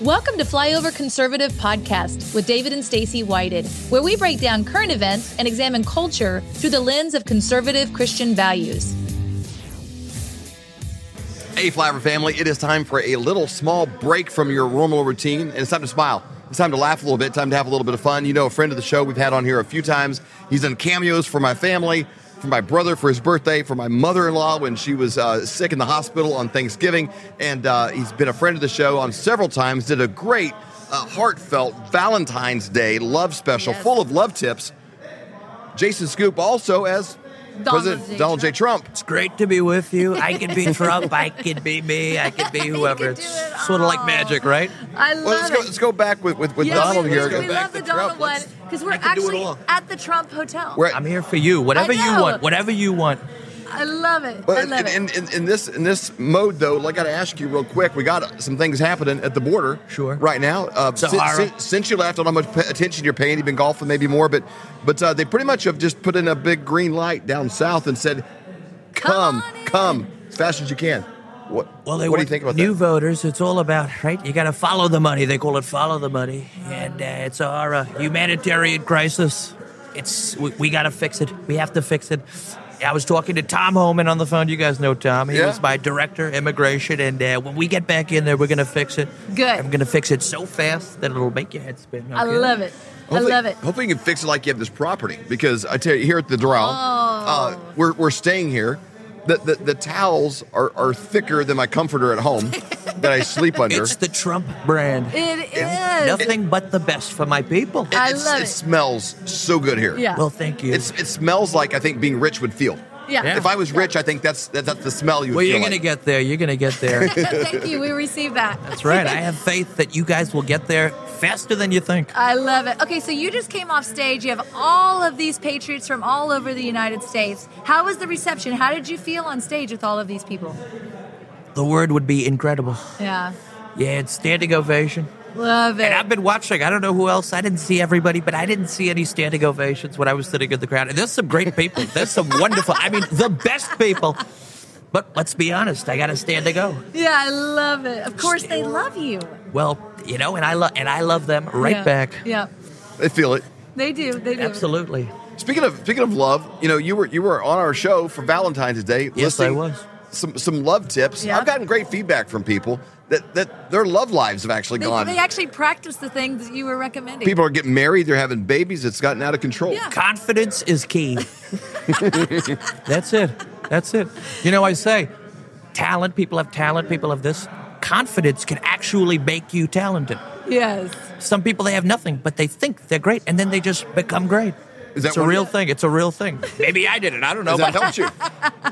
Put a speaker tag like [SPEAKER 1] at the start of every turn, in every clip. [SPEAKER 1] Welcome to Flyover Conservative Podcast with David and Stacy Whited, where we break down current events and examine culture through the lens of conservative Christian values.
[SPEAKER 2] Hey, Flyover family, it is time for a little small break from your normal routine, and it's time to smile. It's time to laugh a little bit, time to have a little bit of fun. You know, a friend of the show we've had on here a few times. He's done cameos for my family, for my brother for his birthday, for my mother in law when she was uh, sick in the hospital on Thanksgiving. And uh, he's been a friend of the show on several times, did a great, uh, heartfelt Valentine's Day love special
[SPEAKER 1] Yes.
[SPEAKER 2] full of love tips. Jason Scoop also as President
[SPEAKER 1] J.
[SPEAKER 2] Donald J. Trump.
[SPEAKER 3] It's great to be with you. I could be Trump. I could be me. I could be whoever.
[SPEAKER 1] could
[SPEAKER 3] it's
[SPEAKER 1] do it
[SPEAKER 3] sort of like
[SPEAKER 1] all.
[SPEAKER 3] magic, right?
[SPEAKER 1] I
[SPEAKER 2] Well, let's
[SPEAKER 1] love
[SPEAKER 2] go,
[SPEAKER 1] it.
[SPEAKER 2] let's go back with, with, with
[SPEAKER 1] Yes,
[SPEAKER 2] Donald
[SPEAKER 1] we,
[SPEAKER 2] here.
[SPEAKER 1] we,
[SPEAKER 2] Go back
[SPEAKER 1] love
[SPEAKER 2] to
[SPEAKER 1] the Donald
[SPEAKER 2] Trump.
[SPEAKER 1] one
[SPEAKER 2] Let's-
[SPEAKER 1] because we're
[SPEAKER 2] I can do it
[SPEAKER 1] actually
[SPEAKER 2] all.
[SPEAKER 1] at the Trump Hotel.
[SPEAKER 2] We're-
[SPEAKER 3] I'm here for you. Whatever you
[SPEAKER 1] know.
[SPEAKER 3] want. Whatever you want.
[SPEAKER 1] I love it. I
[SPEAKER 2] But
[SPEAKER 1] love
[SPEAKER 2] in,
[SPEAKER 1] it.
[SPEAKER 2] in, in, in this in this mode though, I got to ask you real quick. We got some things happening at the border.
[SPEAKER 3] Sure.
[SPEAKER 2] Right now, uh, since,
[SPEAKER 3] Sahara.
[SPEAKER 2] since- since you left, I don't know how much pa- attention you're paying. You've been golfing, maybe more, but but uh, they pretty much have just put in a big green light down south and said, "Come,
[SPEAKER 1] Come on in."
[SPEAKER 2] come, as fast as you can." What?
[SPEAKER 3] Well, they
[SPEAKER 2] what do you
[SPEAKER 3] want
[SPEAKER 2] think about that?
[SPEAKER 3] new voters. It's all about right. You got to follow the money. They call it follow the money, and uh, it's our uh, humanitarian crisis. It's we, we got to fix it. We have to fix it. I was talking to Tom Holman on the phone. You guys know Tom. He
[SPEAKER 2] Yeah.
[SPEAKER 3] was my director, immigration, and uh, when we get back in there, we're gonna fix it.
[SPEAKER 1] Good.
[SPEAKER 3] I'm gonna fix it so fast that it'll make your head spin.
[SPEAKER 1] I love it. I
[SPEAKER 2] Hopefully-
[SPEAKER 1] love it.
[SPEAKER 2] Hopefully, you can fix it like you have this property because I tell you, here at the Doral, uh,
[SPEAKER 1] Oh.
[SPEAKER 2] we're, we're staying here. The, the, the towels are, are thicker than my comforter at home that I sleep under.
[SPEAKER 3] It's the Trump brand.
[SPEAKER 1] It is.
[SPEAKER 3] Nothing but the best for my people.
[SPEAKER 1] I
[SPEAKER 2] It's-
[SPEAKER 1] love
[SPEAKER 2] it.
[SPEAKER 1] it.
[SPEAKER 2] smells so good here.
[SPEAKER 1] Yeah.
[SPEAKER 3] Well, thank you.
[SPEAKER 2] It's, it smells like I think being rich would feel.
[SPEAKER 1] Yeah.
[SPEAKER 3] Yeah.
[SPEAKER 2] If I was rich, I think that's that, that's the smell you. Would
[SPEAKER 3] well, you're
[SPEAKER 2] feel
[SPEAKER 3] gonna
[SPEAKER 2] like.
[SPEAKER 3] get there. You're gonna get there.
[SPEAKER 1] Thank you. We received that.
[SPEAKER 3] That's right. I have faith that you guys will get there faster than you think.
[SPEAKER 1] I love it. Okay, so you just came off stage. You have all of these patriots from all over the United States. How was the reception? How did you feel on stage with all of these people?
[SPEAKER 3] The word would be incredible.
[SPEAKER 1] Yeah.
[SPEAKER 3] Yeah, it's standing ovation.
[SPEAKER 1] Love
[SPEAKER 3] And I've
[SPEAKER 1] it.
[SPEAKER 3] been watching. I don't know who else. I didn't see everybody, but I didn't see any standing ovations when I was sitting in the crowd. And there's some great people. There's some wonderful. I mean, the best people. But let's be honest. I got to stand to go.
[SPEAKER 1] Yeah, I love it. Of course, they love you.
[SPEAKER 3] Well, you know, and I love and I love them right
[SPEAKER 1] Yeah.
[SPEAKER 3] back.
[SPEAKER 1] Yeah,
[SPEAKER 2] I feel it.
[SPEAKER 1] they do. They do.
[SPEAKER 3] Absolutely.
[SPEAKER 2] Speaking of speaking of love, you know, you were you were on our show for Valentine's Day.
[SPEAKER 3] Yes, I
[SPEAKER 2] listing
[SPEAKER 3] was.
[SPEAKER 2] Some some love tips.
[SPEAKER 1] Yeah.
[SPEAKER 2] I've gotten great feedback from people that that their love lives have actually
[SPEAKER 1] They,
[SPEAKER 2] gone.
[SPEAKER 1] they actually practice the things that you were recommending.
[SPEAKER 2] people are getting married. They're having babies. It's gotten out of control.
[SPEAKER 1] Yeah.
[SPEAKER 3] Confidence is key. That's it. That's it. You know, I say talent, people have talent, people have this. Confidence can actually make you talented.
[SPEAKER 1] Yes.
[SPEAKER 3] Some people, they have nothing, but they think they're great, and then they just become great.
[SPEAKER 2] Is that
[SPEAKER 3] it's a
[SPEAKER 2] what-
[SPEAKER 3] real thing. It's a real thing. Maybe I did it. I don't know.
[SPEAKER 2] Has that
[SPEAKER 3] But
[SPEAKER 2] helped you?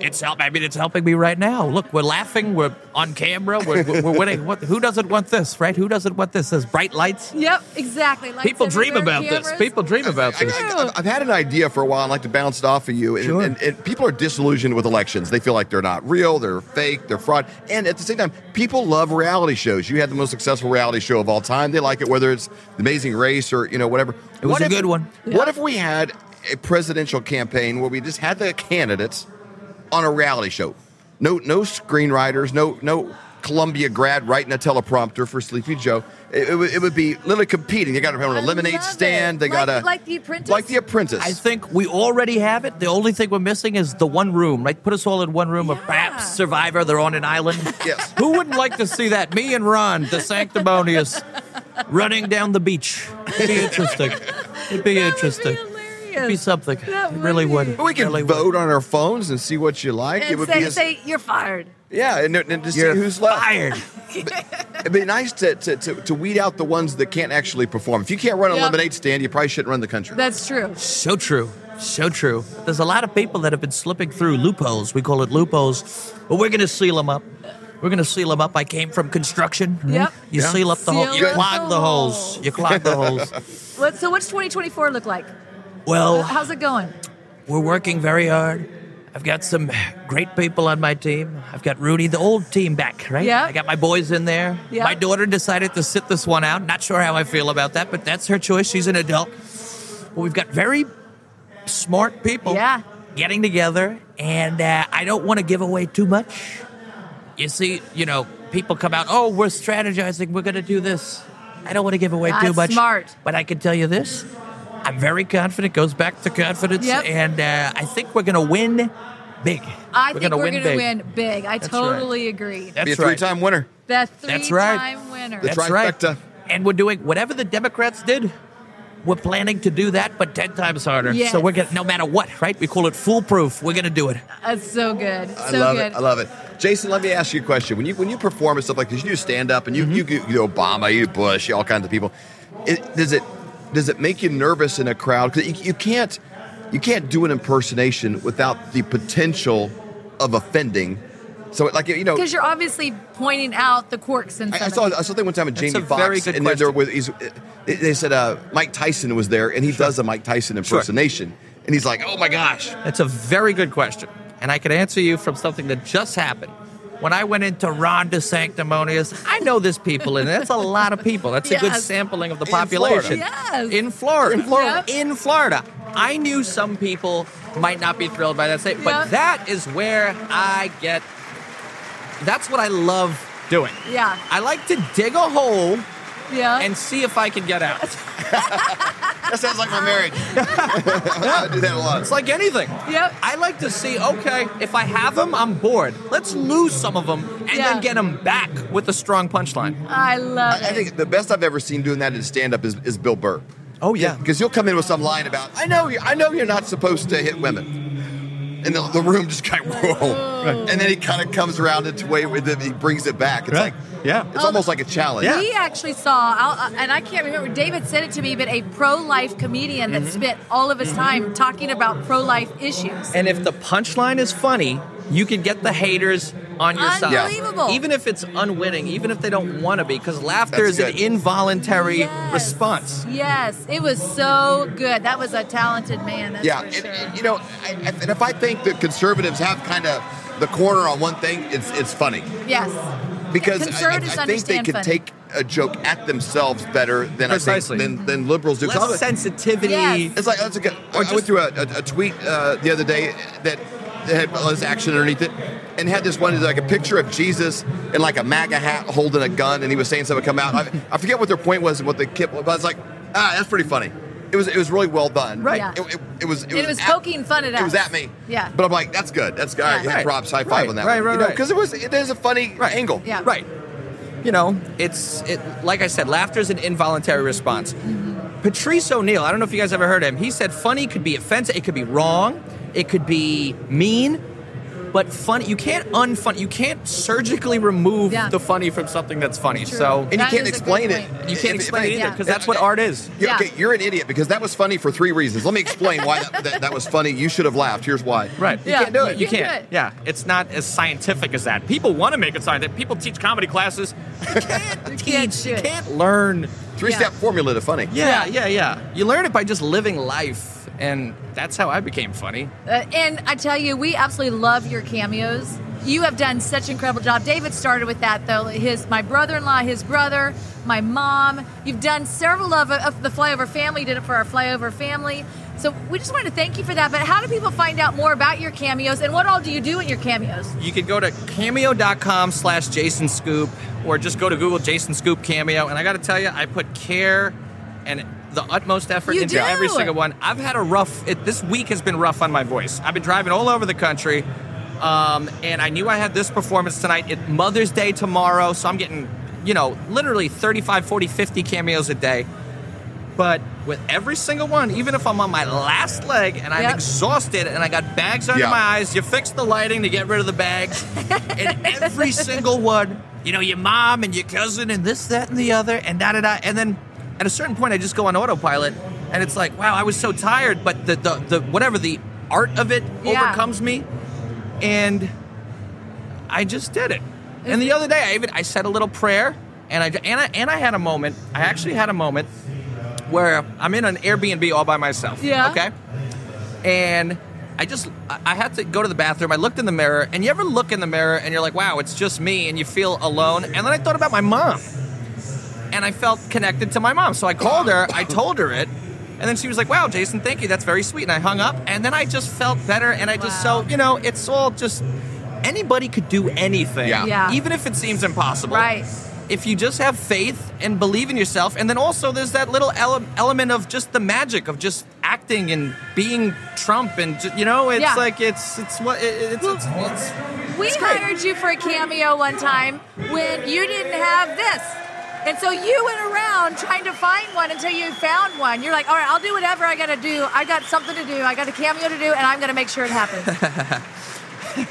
[SPEAKER 3] it's help. I mean, it's helping me right now. Look, we're laughing. We're on camera. We're, we're, we're winning. What, who doesn't want this, right? Who doesn't want this? There's bright lights.
[SPEAKER 1] Yep. Exactly. Lights
[SPEAKER 3] People dream
[SPEAKER 1] everywhere,
[SPEAKER 3] about this.
[SPEAKER 1] cameras.
[SPEAKER 3] People dream about
[SPEAKER 2] I,
[SPEAKER 3] this.
[SPEAKER 2] I, I've had an idea for a while. and like to bounce it off of you. And,
[SPEAKER 3] Sure.
[SPEAKER 2] and, and people are disillusioned with elections. They feel like they're not real, they're fake, they're fraud. And at the same time, people love reality shows. You had the most successful reality show of all time. They like it, whether it's The Amazing Race or you know whatever.
[SPEAKER 3] It was
[SPEAKER 2] What
[SPEAKER 3] a
[SPEAKER 2] if-
[SPEAKER 3] good one.
[SPEAKER 2] What if we had a presidential campaign where we just had the candidates on a reality show? No, no screenwriters, no, no. Columbia grad writing a teleprompter for Sleepy Joe. It, it, would, it would be literally competing. They got to have
[SPEAKER 1] I
[SPEAKER 2] a lemonade
[SPEAKER 1] love it.
[SPEAKER 2] stand. They
[SPEAKER 1] Like-
[SPEAKER 2] got a
[SPEAKER 1] like The Apprentice?
[SPEAKER 2] Like the Apprentice.
[SPEAKER 3] I think we already have it. The only thing we're missing is the one room, right? Put us all in one room, or
[SPEAKER 1] Yeah.
[SPEAKER 3] perhaps Survivor. They're on an island.
[SPEAKER 2] Yes.
[SPEAKER 3] Who wouldn't like to see that? Me and Ron, the sanctimonious, running down the beach. It'd be interesting. It'd be
[SPEAKER 1] That would
[SPEAKER 3] interesting.
[SPEAKER 1] be hilarious.
[SPEAKER 3] It'd be something.
[SPEAKER 1] That
[SPEAKER 3] it
[SPEAKER 1] would
[SPEAKER 3] really
[SPEAKER 1] be.
[SPEAKER 3] would.
[SPEAKER 2] But we can
[SPEAKER 3] Really would.
[SPEAKER 2] vote on our phones and see what you like.
[SPEAKER 1] And
[SPEAKER 2] would
[SPEAKER 1] say,
[SPEAKER 2] as-
[SPEAKER 1] say you're fired.
[SPEAKER 2] yeah, and, and to see
[SPEAKER 3] You're
[SPEAKER 2] who's left.
[SPEAKER 3] fired.
[SPEAKER 2] It'd be nice to, to, to, to weed out the ones that can't actually perform. If you can't run a
[SPEAKER 1] Yep.
[SPEAKER 2] lemonade stand, you probably shouldn't run the country.
[SPEAKER 1] That's true.
[SPEAKER 3] So true. So true. There's a lot of people that have been slipping through loopholes. We call it loopholes, but we're going to seal them up. We're going to seal them up. I came from construction. right?
[SPEAKER 1] Yep.
[SPEAKER 3] You
[SPEAKER 2] Yeah.
[SPEAKER 3] seal up the hole.
[SPEAKER 1] Seal
[SPEAKER 3] You
[SPEAKER 1] up
[SPEAKER 3] clog
[SPEAKER 1] the
[SPEAKER 3] the holes.
[SPEAKER 1] holes.
[SPEAKER 3] You clog the holes.
[SPEAKER 1] What, so what's 2024 look like?
[SPEAKER 3] Well,
[SPEAKER 1] How's it going?
[SPEAKER 3] we're working very hard. I've got some great people on my team. I've got Rudy, the old team back, right?
[SPEAKER 1] Yeah.
[SPEAKER 3] I got my boys in there.
[SPEAKER 1] Yeah.
[SPEAKER 3] My daughter decided to sit this one out. Not sure how I feel about that, but that's her choice. She's an adult. But we've got very smart
[SPEAKER 2] Oh,
[SPEAKER 3] people
[SPEAKER 1] Yeah.
[SPEAKER 3] getting together, and uh, I don't want to give away too much. You see, you know, people come out, oh, we're strategizing, we're going to do this. I don't want to give away too
[SPEAKER 4] That's
[SPEAKER 3] much.
[SPEAKER 4] smart.
[SPEAKER 3] But I can tell you this I'm very confident, goes back to confidence.
[SPEAKER 4] Yep.
[SPEAKER 3] And uh, I think we're going to win big.
[SPEAKER 4] I think
[SPEAKER 3] gonna
[SPEAKER 4] we're going to
[SPEAKER 3] big.
[SPEAKER 4] win big. I
[SPEAKER 3] right.
[SPEAKER 4] totally agree.
[SPEAKER 3] That's
[SPEAKER 2] Be a
[SPEAKER 3] right.
[SPEAKER 2] three-time winner.
[SPEAKER 4] The
[SPEAKER 3] That's
[SPEAKER 4] three-time
[SPEAKER 3] right.
[SPEAKER 4] winner.
[SPEAKER 2] The
[SPEAKER 3] That's
[SPEAKER 2] trifecta.
[SPEAKER 3] right. And we're doing whatever the Democrats did. We're planning to do that, but ten times harder.
[SPEAKER 4] Yes.
[SPEAKER 3] So we're gonna, no matter what, right? We call it foolproof. We're gonna do it.
[SPEAKER 4] That's so good. So
[SPEAKER 2] I love
[SPEAKER 4] good.
[SPEAKER 2] it. I love it. Jason, let me ask you a question. When you when you perform and stuff like this, you do stand up
[SPEAKER 4] Mm-hmm.
[SPEAKER 2] and you you do you do Obama, you do Bush, all kinds of people. It, does it does it make you nervous in a crowd? Because you, you can't you can't do an impersonation without the potential of offending. So like you know,
[SPEAKER 4] because you're obviously pointing out the quirks in
[SPEAKER 2] I, I
[SPEAKER 4] somebody.
[SPEAKER 2] saw I saw thing one time with
[SPEAKER 3] That's
[SPEAKER 2] Jamie
[SPEAKER 3] a very
[SPEAKER 2] Foxx,
[SPEAKER 3] good
[SPEAKER 2] and they're, they're
[SPEAKER 3] question.
[SPEAKER 2] with he's, they- they said uh, Mike Tyson was there, and he does a Mike Tyson impersonation, and he's like, "Oh my gosh,
[SPEAKER 3] That's a very good question, and I can answer you from something that just happened. When I went into Ronda Sanctimonious, I know this people, and that's a lot of people. That's a good
[SPEAKER 4] Yes.
[SPEAKER 3] sampling of the
[SPEAKER 2] In Florida.
[SPEAKER 3] population.
[SPEAKER 4] Yes.
[SPEAKER 3] In Florida. In
[SPEAKER 4] Florida.
[SPEAKER 3] In Florida. I knew some people might not be thrilled by that statement,
[SPEAKER 4] Yep.
[SPEAKER 3] but that is where I get. That's what I love doing.
[SPEAKER 4] Yeah.
[SPEAKER 3] I like to dig a hole
[SPEAKER 4] yeah.
[SPEAKER 3] and see if I can get out.
[SPEAKER 2] that sounds like my marriage." I do that a lot.
[SPEAKER 3] It's like anything.
[SPEAKER 4] Yep.
[SPEAKER 3] I like to see, okay, if I have them, I'm bored. Let's lose some of them and
[SPEAKER 4] Yeah.
[SPEAKER 3] then get them back with a strong punchline.
[SPEAKER 4] I love
[SPEAKER 2] I, I
[SPEAKER 4] it.
[SPEAKER 2] think the best I've ever seen doing that in stand up is, is Bill Burr.
[SPEAKER 3] Oh, yeah.
[SPEAKER 2] Because he'll come in with some line about, I know you I know you're not supposed to hit women. And the, the room just kind of, whoa. And then he kind of comes around its way with it, he brings it back. It's
[SPEAKER 5] Right.
[SPEAKER 2] like,
[SPEAKER 5] Yeah.
[SPEAKER 2] it's almost like a challenge.
[SPEAKER 5] Yeah.
[SPEAKER 4] We actually saw, I'll, uh, and I can't remember. David said it to me, but a pro-life comedian that
[SPEAKER 2] Mm-hmm.
[SPEAKER 4] spent all of his time talking about pro-life issues.
[SPEAKER 3] And if the punchline is funny, you can get the haters on your side.
[SPEAKER 4] Unbelievable.
[SPEAKER 3] Even if it's unwinning, even if they don't want to be, because laughter
[SPEAKER 2] That's
[SPEAKER 3] is an
[SPEAKER 2] good.
[SPEAKER 3] involuntary
[SPEAKER 4] Yes.
[SPEAKER 3] response.
[SPEAKER 4] Yes, it was so good. That was a talented man. That's
[SPEAKER 2] Yeah,
[SPEAKER 4] for
[SPEAKER 2] and,
[SPEAKER 4] sure.
[SPEAKER 2] and, you know, I, I- and if I think that conservatives have kind of the corner on one thing, it's it's funny
[SPEAKER 4] yes,
[SPEAKER 2] because I- I,
[SPEAKER 4] Conservatives
[SPEAKER 2] I think they
[SPEAKER 4] understand
[SPEAKER 2] can
[SPEAKER 4] funny.
[SPEAKER 2] take a joke at themselves better than
[SPEAKER 3] Precisely.
[SPEAKER 2] I think than, than liberals do. 'Cause I'm
[SPEAKER 3] Less
[SPEAKER 2] a-
[SPEAKER 3] sensitivity.
[SPEAKER 4] Yes.
[SPEAKER 2] It's like that's a good. I- I went through a, a, a tweet uh, the other day that, that had all this action underneath it, and had this one it's like a picture of Jesus in like a MAGA hat holding a gun, and he was saying something come out. I, I forget what their point was and what the kip, but I was like, ah, that's pretty funny. It was it was really well done.
[SPEAKER 3] Right.
[SPEAKER 4] Yeah.
[SPEAKER 2] It, it, it was it
[SPEAKER 4] And
[SPEAKER 2] was,
[SPEAKER 4] it was
[SPEAKER 2] at-
[SPEAKER 4] poking fun at
[SPEAKER 2] It was
[SPEAKER 4] us.
[SPEAKER 2] at me.
[SPEAKER 4] Yeah.
[SPEAKER 2] But I'm like, that's good. That's good. All right,
[SPEAKER 4] Yeah.
[SPEAKER 2] yeah,
[SPEAKER 3] Right.
[SPEAKER 2] props. High five
[SPEAKER 3] Right,
[SPEAKER 2] on that.
[SPEAKER 3] right,
[SPEAKER 2] one.
[SPEAKER 3] right,
[SPEAKER 2] You know,
[SPEAKER 3] right.
[SPEAKER 2] Because it was it is a funny
[SPEAKER 3] Right.
[SPEAKER 2] angle.
[SPEAKER 4] Yeah.
[SPEAKER 3] Right. You know, it's it like I said, laughter is an involuntary response.
[SPEAKER 4] Mm-hmm.
[SPEAKER 3] Patrice O'Neill, I don't know if you guys ever heard of him. He said funny could be offensive, it could be wrong, it could be mean, but funny you can't unfun you can't surgically remove
[SPEAKER 4] Yeah.
[SPEAKER 3] the funny from something that's funny. So
[SPEAKER 2] And
[SPEAKER 4] That
[SPEAKER 2] you
[SPEAKER 4] is
[SPEAKER 2] can't
[SPEAKER 4] a good
[SPEAKER 2] explain it.
[SPEAKER 4] point.
[SPEAKER 3] you
[SPEAKER 2] If-
[SPEAKER 3] can't
[SPEAKER 2] if
[SPEAKER 3] explain
[SPEAKER 2] I-
[SPEAKER 3] it either because
[SPEAKER 4] Yeah.
[SPEAKER 3] that's what art is.
[SPEAKER 2] You're,
[SPEAKER 4] Yeah.
[SPEAKER 2] Okay, you're an idiot because that was funny for three reasons. Let me explain why that, that, that was funny. You should have laughed. Here's why.
[SPEAKER 3] Right.
[SPEAKER 4] Yeah.
[SPEAKER 3] You can't do it.
[SPEAKER 4] You
[SPEAKER 3] You,
[SPEAKER 4] can't do
[SPEAKER 3] can't.
[SPEAKER 4] it.
[SPEAKER 3] Yeah. It's not as scientific as that. People want to make it scientific. People teach comedy classes. You can't teach.
[SPEAKER 4] can't do
[SPEAKER 3] you
[SPEAKER 4] it.
[SPEAKER 3] can't learn.
[SPEAKER 2] Three step formula to funny.
[SPEAKER 3] Yeah, yeah, yeah. You learn it by just living life, and that's how I became funny.
[SPEAKER 4] Uh, and I tell you, we absolutely love your cameos. You have done such an incredible job. David started with that though. His my brother-in-law, his brother, my mom. You've done several of, of the flyover family. You did it for our flyover family. So we just wanted to thank you for that. But how do people find out more about your cameos and what all do you do in your cameos?
[SPEAKER 3] You can go to cameo.com slash Jason Scoop, or just go to Google Jason Scoop Cameo. And I got to tell you, I put care and the utmost effort
[SPEAKER 4] You
[SPEAKER 3] into
[SPEAKER 4] do.
[SPEAKER 3] every single one. I've had a rough. It, this week has been rough on my voice. I've been driving all over the country, um, and I knew I had this performance tonight. It Mother's Day tomorrow, so I'm getting you know literally 35, 40, 50 cameos a day. But with every single one, even if I'm on my last leg and I'm
[SPEAKER 4] Yep.
[SPEAKER 3] exhausted and I got bags under
[SPEAKER 2] Yeah.
[SPEAKER 3] my eyes, you fix the lighting to get rid of the bags, and every single one, you know, your mom and your cousin and this, that, and the other, and da da da. And then at a certain point, I just go on autopilot, and it's like, wow, I was so tired, but the the, the whatever the art of it
[SPEAKER 4] Yeah.
[SPEAKER 3] overcomes me, and I just did it. And the other day, I even I said a little prayer, and I and I, and I had a moment. I actually had a moment where I'm in an Airbnb all by myself.
[SPEAKER 4] Yeah.
[SPEAKER 3] Okay. And I just I I had to go to the bathroom. I looked in the mirror, and you ever look in the mirror and you're like, "Wow, it's just me," and you feel alone. And then I thought about my mom, and I felt connected to my mom. So I called her. I told her it. And then she was like, "Wow, Jason, thank you. That's very sweet." And I hung up. And then I just felt better. And I just
[SPEAKER 4] Wow.
[SPEAKER 3] so you know, it's all just anybody could do anything,
[SPEAKER 2] Yeah.
[SPEAKER 4] Yeah.
[SPEAKER 3] even if it seems impossible.
[SPEAKER 4] Right.
[SPEAKER 3] If you just have faith and believe in yourself, and then also there's that little ele- element of just the magic of just acting and being Trump, and ju- you know, it's
[SPEAKER 4] Yeah.
[SPEAKER 3] like it's it's what it, it's, it's, it's
[SPEAKER 4] We
[SPEAKER 3] It's great.
[SPEAKER 4] hired you for a cameo one time when you didn't have this. And so you went around trying to find one until you found one. You're like, all right, I'll do whatever I got to do. I got something to do. I got a cameo to do, and I'm going to make sure it happens.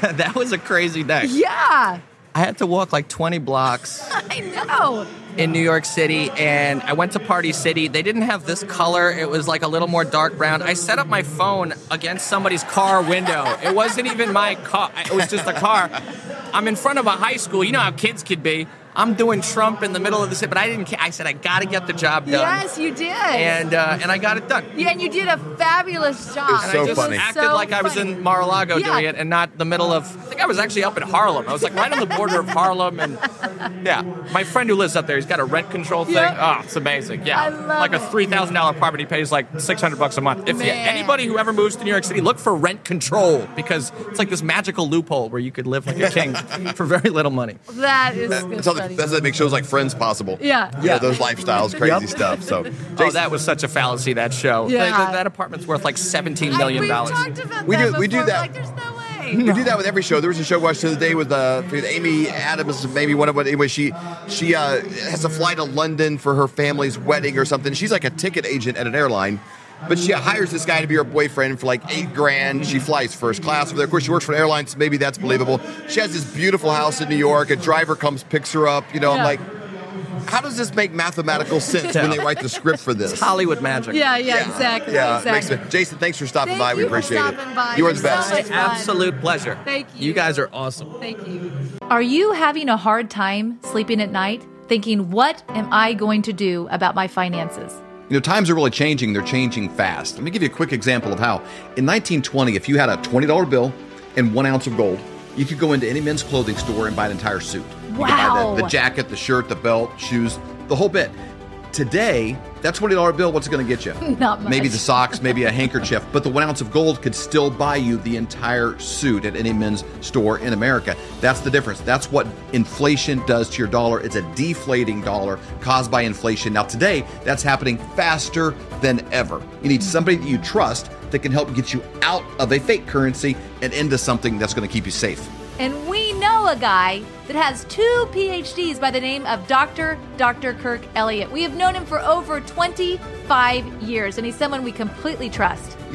[SPEAKER 3] that was a crazy day.
[SPEAKER 4] yeah,
[SPEAKER 3] I had to walk like 20 blocks
[SPEAKER 4] I know.
[SPEAKER 3] in New York City, and I went to Party City. They didn't have this color, it was like a little more dark brown. I set up my phone against somebody's car window. It wasn't even my car, it was just a car. I'm in front of a high school. You know how kids could be. I'm doing Trump in the middle of the city, but I didn't care. I said, I gotta get the job done.
[SPEAKER 4] Yes, you did.
[SPEAKER 3] And, uh, and I got it done.
[SPEAKER 4] yeah, and you did a fabulous job.
[SPEAKER 2] was
[SPEAKER 3] And
[SPEAKER 2] So
[SPEAKER 3] I just
[SPEAKER 2] funny.
[SPEAKER 3] acted like I was
[SPEAKER 4] funny.
[SPEAKER 3] in Mar-a-Lago
[SPEAKER 4] Yeah.
[SPEAKER 3] doing it and not the middle of. I think I was actually up in Harlem. I was like right on the border of Harlem and yeah. My friend who lives up there, he's got a rent control thing.
[SPEAKER 4] Yep.
[SPEAKER 3] Oh, it's amazing. Yeah,
[SPEAKER 4] I love
[SPEAKER 3] like a
[SPEAKER 4] it.
[SPEAKER 3] three thousand dollar property pays like six hundred bucks a month. If
[SPEAKER 4] Man.
[SPEAKER 3] anybody who ever moves to New York City, look for rent control because it's like this magical loophole where you could live like a king for very little money. Oh,
[SPEAKER 4] That is
[SPEAKER 2] That-
[SPEAKER 4] good
[SPEAKER 2] That's how, they,
[SPEAKER 4] study.
[SPEAKER 2] that's how they make shows like Friends possible.
[SPEAKER 4] Yeah.
[SPEAKER 2] You know, those lifestyles, crazy
[SPEAKER 3] Yep.
[SPEAKER 2] stuff. So,
[SPEAKER 3] Oh, that was such a fallacy. That show.
[SPEAKER 4] Yeah.
[SPEAKER 3] Like, that apartment's worth like seventeen
[SPEAKER 4] I-
[SPEAKER 3] million
[SPEAKER 4] we've
[SPEAKER 3] dollars.
[SPEAKER 4] talked about
[SPEAKER 2] We
[SPEAKER 4] that
[SPEAKER 2] do- we do
[SPEAKER 4] before.
[SPEAKER 2] that.
[SPEAKER 4] Like, there's no way.
[SPEAKER 2] We do that with every show. There was a show I watched the other day with uh, with Amy Adams, maybe one of what anyway. She she uh, has to fly to London for her family's wedding or something. She's like a ticket agent at an airline, but she hires this guy to be her boyfriend for like eight grand. She flies first class over there. Of course, she works for an airline, so maybe that's believable. She has this beautiful house in New York. A driver comes, picks her up. You know,
[SPEAKER 4] Yeah.
[SPEAKER 2] I'm like, how does this make mathematical sense when they write the script for this?
[SPEAKER 3] Hollywood magic.
[SPEAKER 4] Yeah, yeah, exactly.
[SPEAKER 2] Yeah, it
[SPEAKER 4] exactly.
[SPEAKER 2] makes sense. Jason, thanks for stopping
[SPEAKER 4] Thank
[SPEAKER 2] by. We
[SPEAKER 4] you for
[SPEAKER 2] appreciate
[SPEAKER 4] stopping
[SPEAKER 2] it.
[SPEAKER 4] by.
[SPEAKER 2] You are
[SPEAKER 4] You're
[SPEAKER 2] the
[SPEAKER 4] so
[SPEAKER 2] best.
[SPEAKER 4] much-
[SPEAKER 3] Absolute pleasure.
[SPEAKER 4] Thank you.
[SPEAKER 3] You guys are awesome.
[SPEAKER 4] Thank you. Are you having a hard time sleeping at night thinking, what am I going to do about my finances?
[SPEAKER 2] You know, times are really changing. They're changing fast. Let me give you a quick example of how. In 1920, if you had a $20 bill and one ounce of gold, you could go into any men's clothing store and buy an entire suit. You could buy
[SPEAKER 4] Wow.
[SPEAKER 2] the, the jacket, the shirt, the belt, shoes, the whole bit. Today, that $20 bill, what's it going to get you?
[SPEAKER 4] Not much.
[SPEAKER 2] Maybe the socks, maybe a handkerchief, but the one ounce of gold could still buy you the entire suit at any men's store in America. That's the difference. That's what inflation does to your dollar. It's a deflating dollar caused by inflation. Now, today, that's happening faster than ever. You need somebody that you trust that can help get you out of a fake currency and into something that's going to keep you safe.
[SPEAKER 4] And we know a guy that has two PhDs by the name of Dr. Dr. Kirk Elliott. We have known him for over 25 years, and he's someone we completely trust.
[SPEAKER 2] You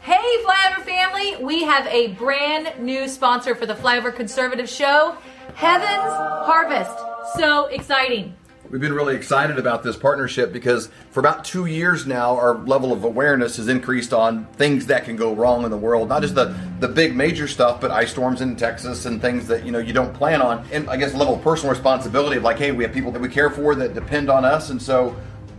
[SPEAKER 4] Hey, Flyover family! We have a brand new sponsor for the Flyover Conservative Show Heaven's Harvest. So exciting.
[SPEAKER 2] We've been really excited about this partnership because for about two years now, our level of awareness has increased on things that can go wrong in the world. Not just the, the big major stuff, but ice storms in Texas and things that you know you don't plan on. And I guess a level of personal responsibility of like, hey, we have people that we care for that depend on us, and so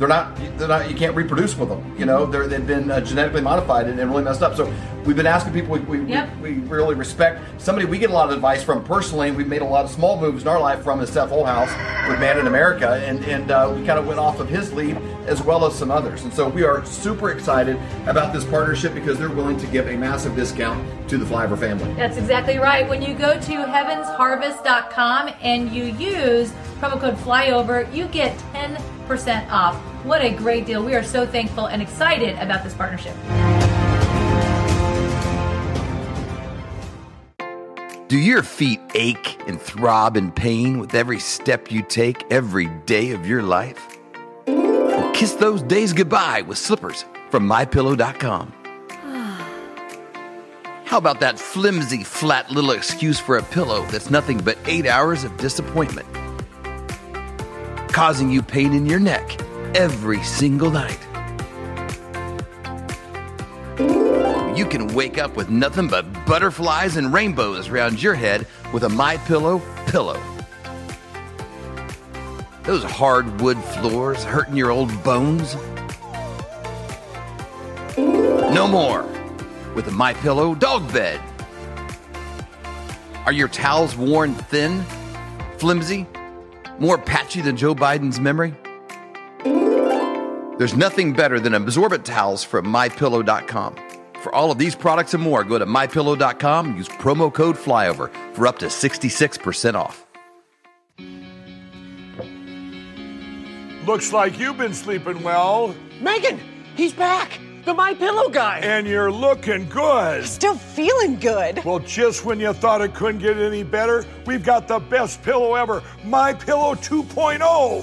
[SPEAKER 2] they're not they're not you can't reproduce with them you know they're, they've been uh, genetically modified and, and really messed up so we've been asking people we, we,
[SPEAKER 4] Yep.
[SPEAKER 2] we, we really respect somebody we get a lot of advice from personally and we've made a lot of small moves in our life from is seth olhouse with man in america and, and uh, we kind of went off of his lead as well as some others and so we are super excited about this partnership because they're willing to give a massive discount to the flyover family
[SPEAKER 4] That's exactly right. When you go to heavensharvest.com and you use promo code FLYOVER, you get 10 50% off. What a great deal. We are so thankful and excited about this partnership.
[SPEAKER 2] Do your feet ache and throb in pain with every step you take every day of your life? Well, kiss those days goodbye with slippers from mypillow.com. How about that flimsy, flat little excuse for a pillow that's nothing but eight hours of disappointment, causing you pain in your neck every single night? You can wake up with nothing but butterflies and rainbows around your head with a My Pillow pillow. Those hard wood floors hurting your old bones? No more with a My Pillow dog bed. Are your towels worn thin, flimsy, more patchy than Joe Biden's memory? There's nothing better than absorbent towels from mypillow.com. For all of these products and more, go to mypillow.com, use promo code flyover for up to 66% off.
[SPEAKER 6] Looks like you've been sleeping well,
[SPEAKER 7] Megan, he's back. The My Pillow guy.
[SPEAKER 6] and you're looking good.
[SPEAKER 7] Still feeling good.
[SPEAKER 6] Well, just when you thought it couldn't get any better, we've got the best pillow ever, My Pillow 2.0.